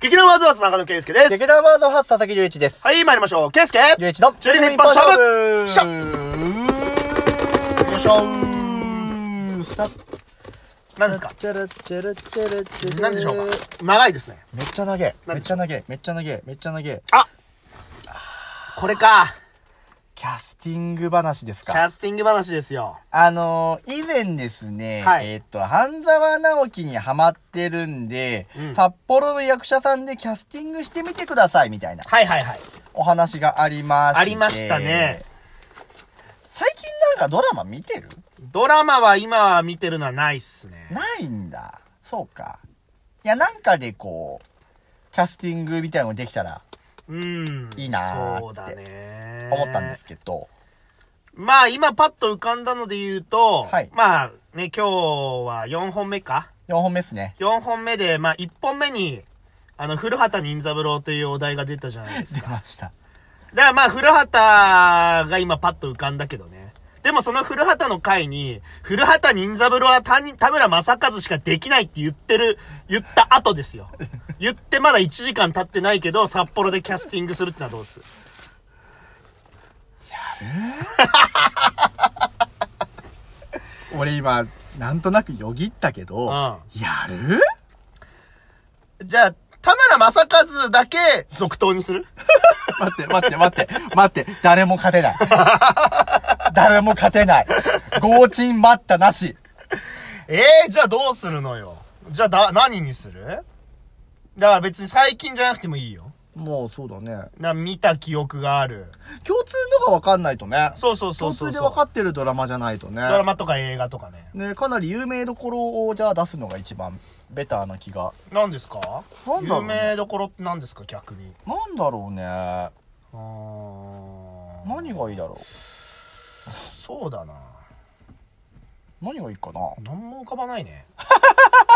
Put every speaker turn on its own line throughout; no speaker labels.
劇団ワーズワーズ中野圭介です。
劇団ワードハーツ佐々木隆一です。
はい、参りましょう。圭介
隆一の
12分一本勝負
シャ
負よいしょ
スタッ
何ですか
チャラチャラチャラチャラ
何でしょうか長いですね。
めっちゃ長え。め
何
っ
で
ちゃ長え。めっちゃ長え。めっちゃ長え。
あこれか。
キャスティング話です
キ
か
ャスティング話ですよ。
あのー、以前ですね、
はい
えーっと、半沢直樹にハマってるんで、
うん
札幌の役者さんでキャスティングしてみてくださいみたいな
はいはいはい。
お話がありまして。
ありましたね。。
最近なんかドラマ見てる
ドラマは今見てるのはないっすね。
ないんだ。そうか。いや、なんかでこう、キャスティングみたいなのできたら
うん。
いいなーって
そうだね。
思ったんです。けど。
まあ今パッと浮かんだので言うと、
はい
まあね、今日は4本目か
4本目っすね。
4本目で、まあ、1本目に、あの、古畑任三郎というお題が出たじゃないです
出
か。
ました。
だからまあ、古畑が今パッと浮かんだけどね。でもその古畑の回に、古畑任三郎は田に田村正和しかできないって言ってる、言った後です よ。言ってまだ1時間経ってないけど、札幌でキャスティングするってのはどうっす
俺今、なんとなくよぎったけど、
う
やる
じゃあ、田村正和だけ続投にする
待って待って待って、待って、誰も勝て ない。誰も勝てない。強沈待ったなし。
ええじゃあどうするのよ。じゃあだ、何にするだから別に最近じゃなくてもいいよ。
もうそうだね。
な、見た記憶がある。
共通のが分かんないとね。
そうそうそうそうそう。
共通で分かってるドラマじゃないとね。
ドラマとか映画とかね。
ね、かなり有名どころをじゃあ出すのが一番ベターな気が。
何ですか
なんだろうね
有名どころって何ですか逆に。
なんだろうね。
うーん
何がいいだろ
そうだな。
う。何がいいかな。
何も浮かばない ね。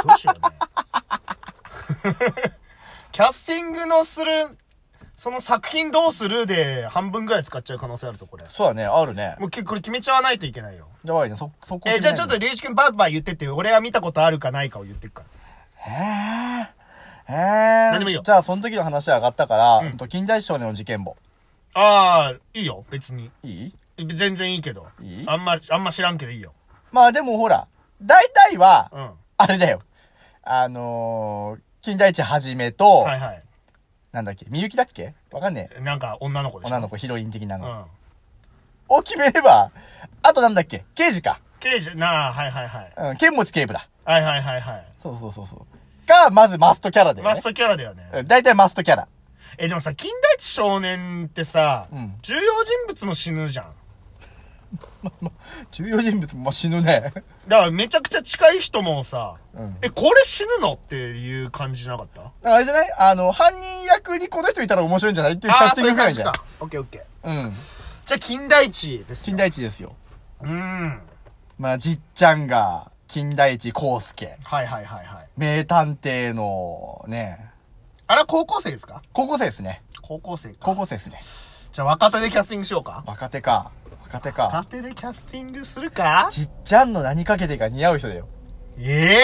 どうしようね。 キャスティングのする、その作品どうするで半分ぐらい使っちゃう可能性あるぞ、これ。
そうだね、あるね。
もうきこれ決めちゃわないといけないよ。
じゃあ、いいね、そ、そこ
えーじゃあちょっと、
え
龍一君バーバー言ってって、俺は見たことあるかないかを言ってくから。
ー。えー。
何でもいいよ
じゃあ、その時の話上がったから、
ん
うんと、近代少年の事件簿。
ああ、いいよ、別に。
いい
全然いいけど。
いい
あんま、あんま知らんけどいいよ。
まあでもほら、大体は、
うん。は
あれだよ。あのー、近代一はじめと、
いは
なんだっけ、みゆきだっけわかんねえ。
い。なんか、女の子でしょ。
女の子、ヒロイン的なの。
うん。
を決めれば、あとなんだっけ、刑事か。
刑事、なあ、はいはいはい。
うん、剣持警部だ。
はいはいはいはい。
そうそうそうそう。が、まずマストキャラだよね。
マストキャラだよね。
うん大体マストキャラ。
え、でもさ、金田一少年ってさ、
うん
重要人物も死ぬじゃん。
重要人物も死ぬね。
だからめちゃくちゃ近い人もさ、
うん
え、これ死ぬのっていう感じじゃなかった
あれじゃないあの、犯人役にこの人いたら面白いんじゃないっていうキャスティングぐらいじゃん。。
オッケーオッケー。
うん。
じゃあ、金田一です
金
よ。
田一ですよ。
うん。
まあ、じっちゃんが、金田一康介。
はいはいはいはい。
名探偵の、ね、
あれは高校生ですか
高校生ですね。
高校生か。
高校生ですね。
じゃあ若手でキャスティングしようか。
若手か。若手か。
若手でキャスティングするか
じっちゃんの何かけてが似合う人だよ。
ええ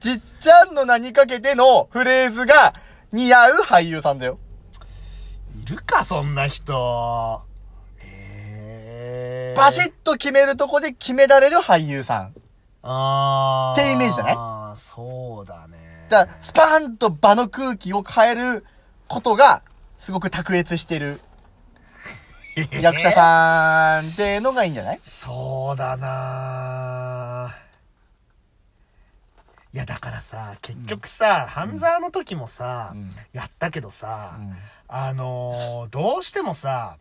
じっちゃんの何かけてのフレーズが似合う俳優さんだよ。
いるか、そんな人。ええ
バシッと決めるとこで決められる俳優さん。
あー
ってイメージじゃない
あーそうだね。
だからスパーンと場の空気を変えることが、すごく卓越してる役者
ん。
さんってのがいいんじゃない
そうだないや、だからさ、結局さ、半沢の時もさ、
うん
やったけどさ、
うん
あのーどうしてもさ、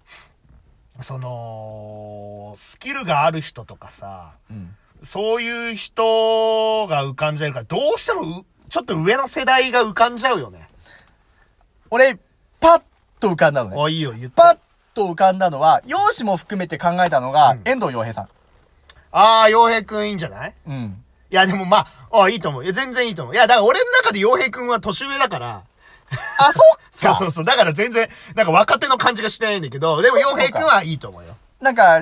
その、スキルがある人とかさ、
うん。
そういう人が浮かんじゃうから、どうしてもう、ちょっと上の世代が浮かんじゃうよね。
俺、パッと浮かんだのね。
おいいよ、言って。
パッと浮かんだのは、容姿も含めて考えたのが
うん、
遠藤洋平さ
ああ、洋平くんいいんじゃない
ん。うん。
いや、でもまあ、あいいと思う。いや、全然いいと思う。いや、だから俺の中で洋平くんは年上だから、
あ、そっ
そうそ
か
うそう、だから全然、なんか若手の感じがしないんだけど、でも洋平くんはいいと思うよ。
なんか、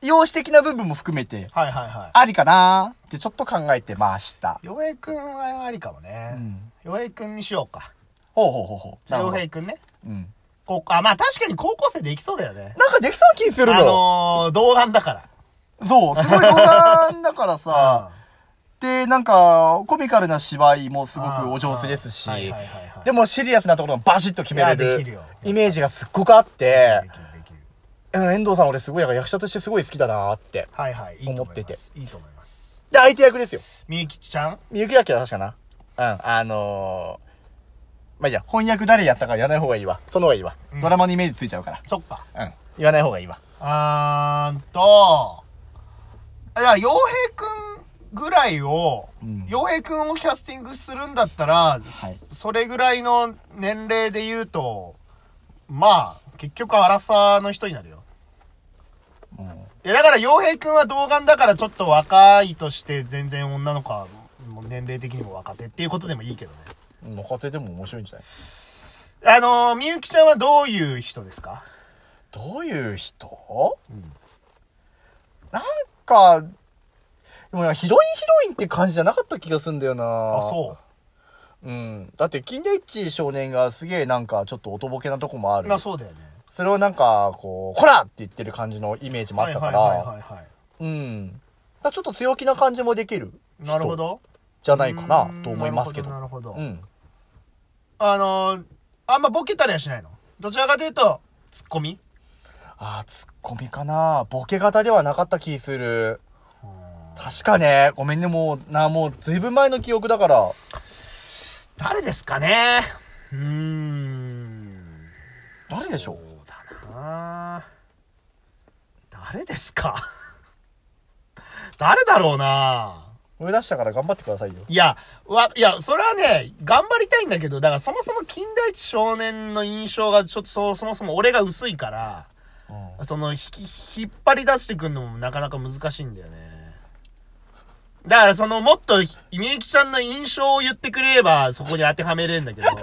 容姿的な部分も含めて、
はいはいはい。
ありかなってちょっと考えてました。
洋平くんはありかもね
うん。
洋、平くんにしようか。
ほうほうほうほう。なる
洋
ほど
平くんね。
うん。
こあ、まあ確かに高校生できそうだよね。
なんかできそうな気するの。
あのー、童顔だから。
そう、すごい冗談だか らさ、で、なんか、コミカルな芝居もすごくお上手ですし
あーはいはいはいはい、
でもシリアスなところもバシッと決めれ
いやできる
る
よ
イメージがすっごくあって
で、きるできる。
うん、遠藤さん俺すごい、役者としてすごい好きだなーって。
はいはい。いいと思
思っ
い
て
ま
て
す。いいと思います。
で、相手役ですよ。
みゆきちゃん
みゆきだけは確かな。うん、あのー、まあ、いいや、翻訳誰やったか言わない方がいいわ。その方がいいわ。ドラマのイメージついちゃうか
そっか。
ら。うん。言わない方がいいわ。
あーんと、あじゃあ、洋平くんぐらいを
うん、
洋、平くんをキャスティングするんだったら、
い
それぐらいの年齢で言うと、まあ、結局、荒さの人になるよ。
うん
いや、だから、洋平くんは童顔だから、ちょっと若いとして、全然女の子は、もう年齢的にも若手っていうことでもいいけどね。
若手でも面白いんじゃない
あのー、みゆきちゃんはどういう人ですか
どういう人
うん。
なんか、でもなヒロインヒロインって感じじゃなかった気がすんだよな。
あ、そう
うん。だって、金田一少年がすげえなんかちょっとおとぼけなとこもあ
う。
る
ま。あ、そうだよね。
それをなんか、こう、ほらって言ってる感じのイメージもあったか
はいはいは
ら。
いはい、は
うん。だからちょっと強気な感じもできる。
い。なるほ。ど。
じゃないかなと思いますけど。
なるほど。な
う
るほど
ん。
あのー、あんまボケたりはしないのどちらかというと、ツッコミ
ああ、ツッコミかなボケ型ではなかった気する。確かね、ごめんね、もう、な、もう、ずいぶん前の記憶だから。
誰ですかねうーん。
誰でしょう
そうだな誰ですか誰だろうな
思い出したから頑張ってくださいよ。
いや、わ、いや、それはね、頑張りたいんだけど、だからそもそも金田一少年の印象がちょっとそ、そもそも俺が薄いから、その、引き、引っ張り出してくんのもなかなか難しいんだよね。だからその、もっと、みゆきちゃんの印象を言ってくれれば、そこに当てはめれるんだけ ど。
で、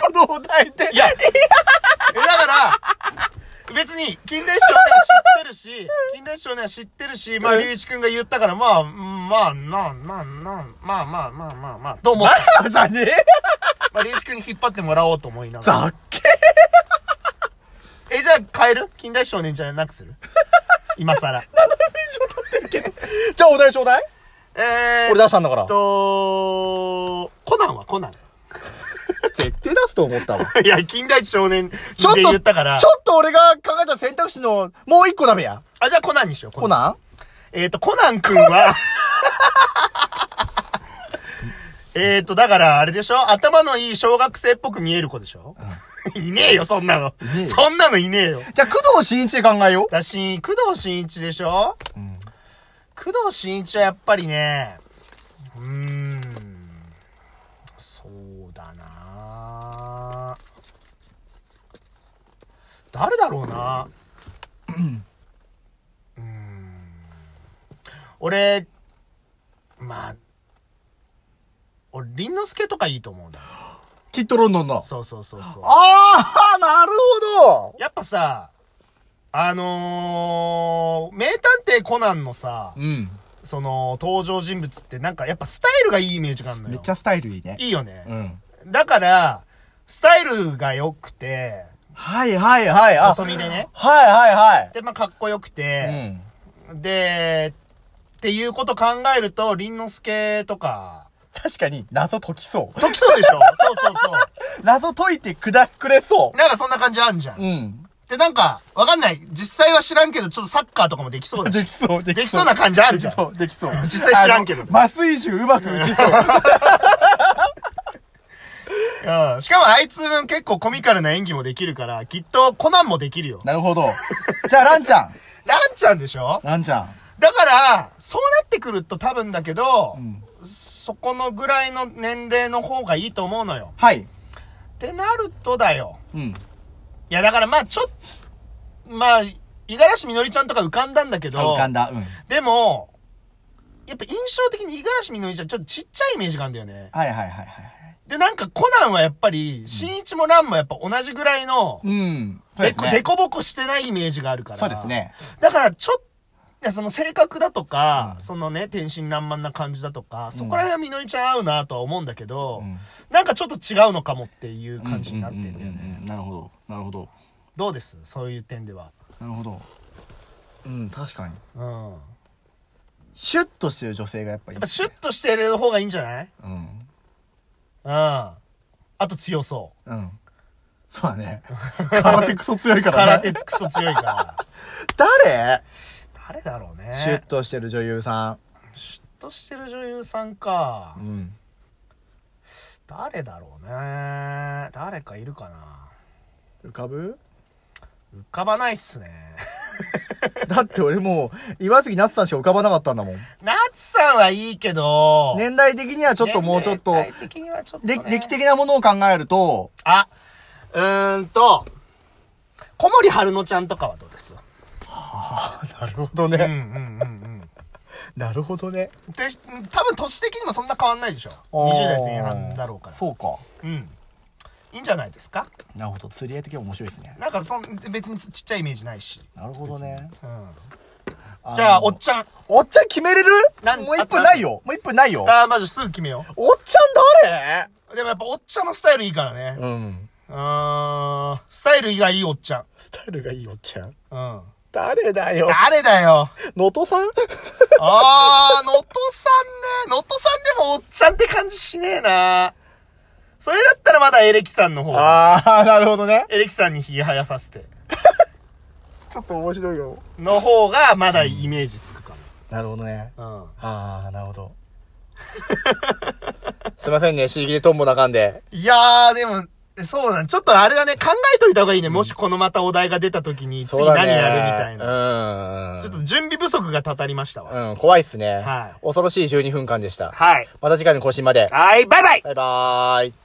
このお題で。
いや、えだから、別に、金田一少年は知ってるし、金田一少年は知ってるし、まあ、
うん
隆一くんが言ったから、まあ、うんまあ、なあ、まあ、なあ、まあ、まあ、まあ、まあ、まあ、どうも、
あ、 じゃねえ
まあ、隆一くんに引っ張ってもらおうと思いながら。
ざっけ
え、じゃあ変える金田一少年じゃなくす る今更。
じゃあお題ちょうだい
え
俺
ー
出
っ
したんだから。
と、コナンはコナン。
絶対出すと思ったわ。
いや、金田一少年で
ちょっと、
言ったから
ち。ょっと俺が考えた選択肢の、もう一個ダメや。
あ、じゃあコナンにしよう。
コナン
えっ、と、コナンくん は、えっと、だから、あれでしょ頭のいい小学生っぽく見える子でしょ、 いねえよ、そんなの
ねえ。よ
そんなのいねえよ。
じゃあ、工藤新一で考えよ
だし、工藤新一でしょ
う。うん。
工藤新一はやっぱりね、うーん、そうだな誰だろうなうーん。俺、まあ、俺、凛之助とかいいと思うんだ。
キットロンドンの。
そうそうそうそう。
ああ、なるほど
やっぱさ、あのー、名探偵コナンのさ、
うん。
その、登場人物ってなんかやっぱスタイルがいいイメージがあるのよ。
めっちゃスタイルいいね。
いいよね。
うん。
だから、スタイルが良くて、
はいはいはい。あ、
細身でね。
はいはいはい。
で、まあ、かっこよくて、
ん。
で、っていうこと考えると、凛之助とか、
確かに、謎解きそう。
解きそうでしょそうそうそ。
謎解いてくだくれそう
なんかそんな感じあんじゃ
う。
ん。
ん。
で、なんか、わかんない。実際は知らんけど、ちょっとサッカーとかもできそうだし。
できそう、で
できそうな感じあんじゃん
できそう、できそう。
実際知らんけど
あの麻酔銃うまく打ちそう。
うん。しかもあいつ結構コミカルな演技もできるから、きっとコナンもできるよ。
なるほど。 じゃあ、ランちゃん。
ランちゃんでしょ
ランちゃん。
だから、そうなってくると多分だけど、
うん
そこのぐらいの年齢の方がいいと思うのよ。
はい。
ってなるとだよ。
うん。
いや、だからまあちょっ、まあ、五十嵐みのりちゃんとか浮かんだんだけど、
浮かんだ。うん。
でも、やっぱ印象的に五十嵐みのりちゃんちょっとちっちゃいイメージがあるんだよね。
はいはいはいはい。
で、なんかコナンはやっぱり、新一もランもやっぱ同じぐらいの、
うん。そう
で
で
こ
す
で
ね。
こぼこしてないイメージがあるから。
そうですね。
だからちょっや、その性格だとか、そのね、天真爛漫な感じだとか、そこら辺はみのりちゃん合うなとは思うんだけど、
うん
なんかちょっと違うのかもっていう感じになってんだよね。
うんうんうんうんなるほどなるほど
どうですそういう点では。
なるほどうん確かに
うん。や
シュッとしてる女性がやっぱいい
っぱシュッとしてる方がいいんじゃない
うん
うん。あと強そ。
うんそうだね空手クソ強いうから
空手
ね
つくそ強い から。
誰
誰だろうね。
シュッとしてる女優さ
シュッとしてる女優さんか
ん。うん
誰だろうね。誰かいるかな。
浮かぶ
浮かばないっすね。
だって俺もう岩杉夏さんしか浮かばなかったんだもん
夏さんはいいけど、
年代的にはちょっともうちょっと
年齢的にはちょっと、
で
ね。
歴的なものを考えると
あ、うーんと、小森春乃ちゃんとかはどうです
なるほど
うんうんうん
なるほどね
うん。で、多分年的にもそんな変わんないでしょ。20代前半だろうから。
そうか
うん。いいんじゃないですか
なるほど釣り合い時は面白いですね
なんかそん、別にちっちゃいイメージないし。
なるほどね
うん。じゃあ、おっちゃん。
おっちゃん決めれる
なん
もう一分ないよ。もう一分ないよ。
ああ、まずすぐ決めよ
おっちゃん誰
う。でもやっぱおっちゃんのスタイルいいからね。
うん。
うーん。スタイル以外いいおっちゃん。
スタイルがいいおっちゃん。
うん。
誰だよ。
誰だよ。
のとさ
あ
ん
ー、能登さんね。能登さんでもおっちゃんって感じしねえな。それだったらまだエレキさんの方。
あー、なるほどね。
エレキさんにひげ生やさせて。
ちょっと面白いよ。
の方がまだイメージつくか
なるほどね。
も。うん。
あー、なるほど。 すいませんね、シーギリトンボなかんで。
いやー、でも、そうだね。ちょっとあれだね。考えといた方がいいね。もしこのまたお題が出た時に、次
そうだ
何
ね。
やるみたいな。
なうん。
ちょっと準備不足がたたりましたわ。
うん、怖いっすね。
はい
恐ろしい12分間でした。
はい。
また次回の更新まで。
はい、バイバイ
バイバーイ。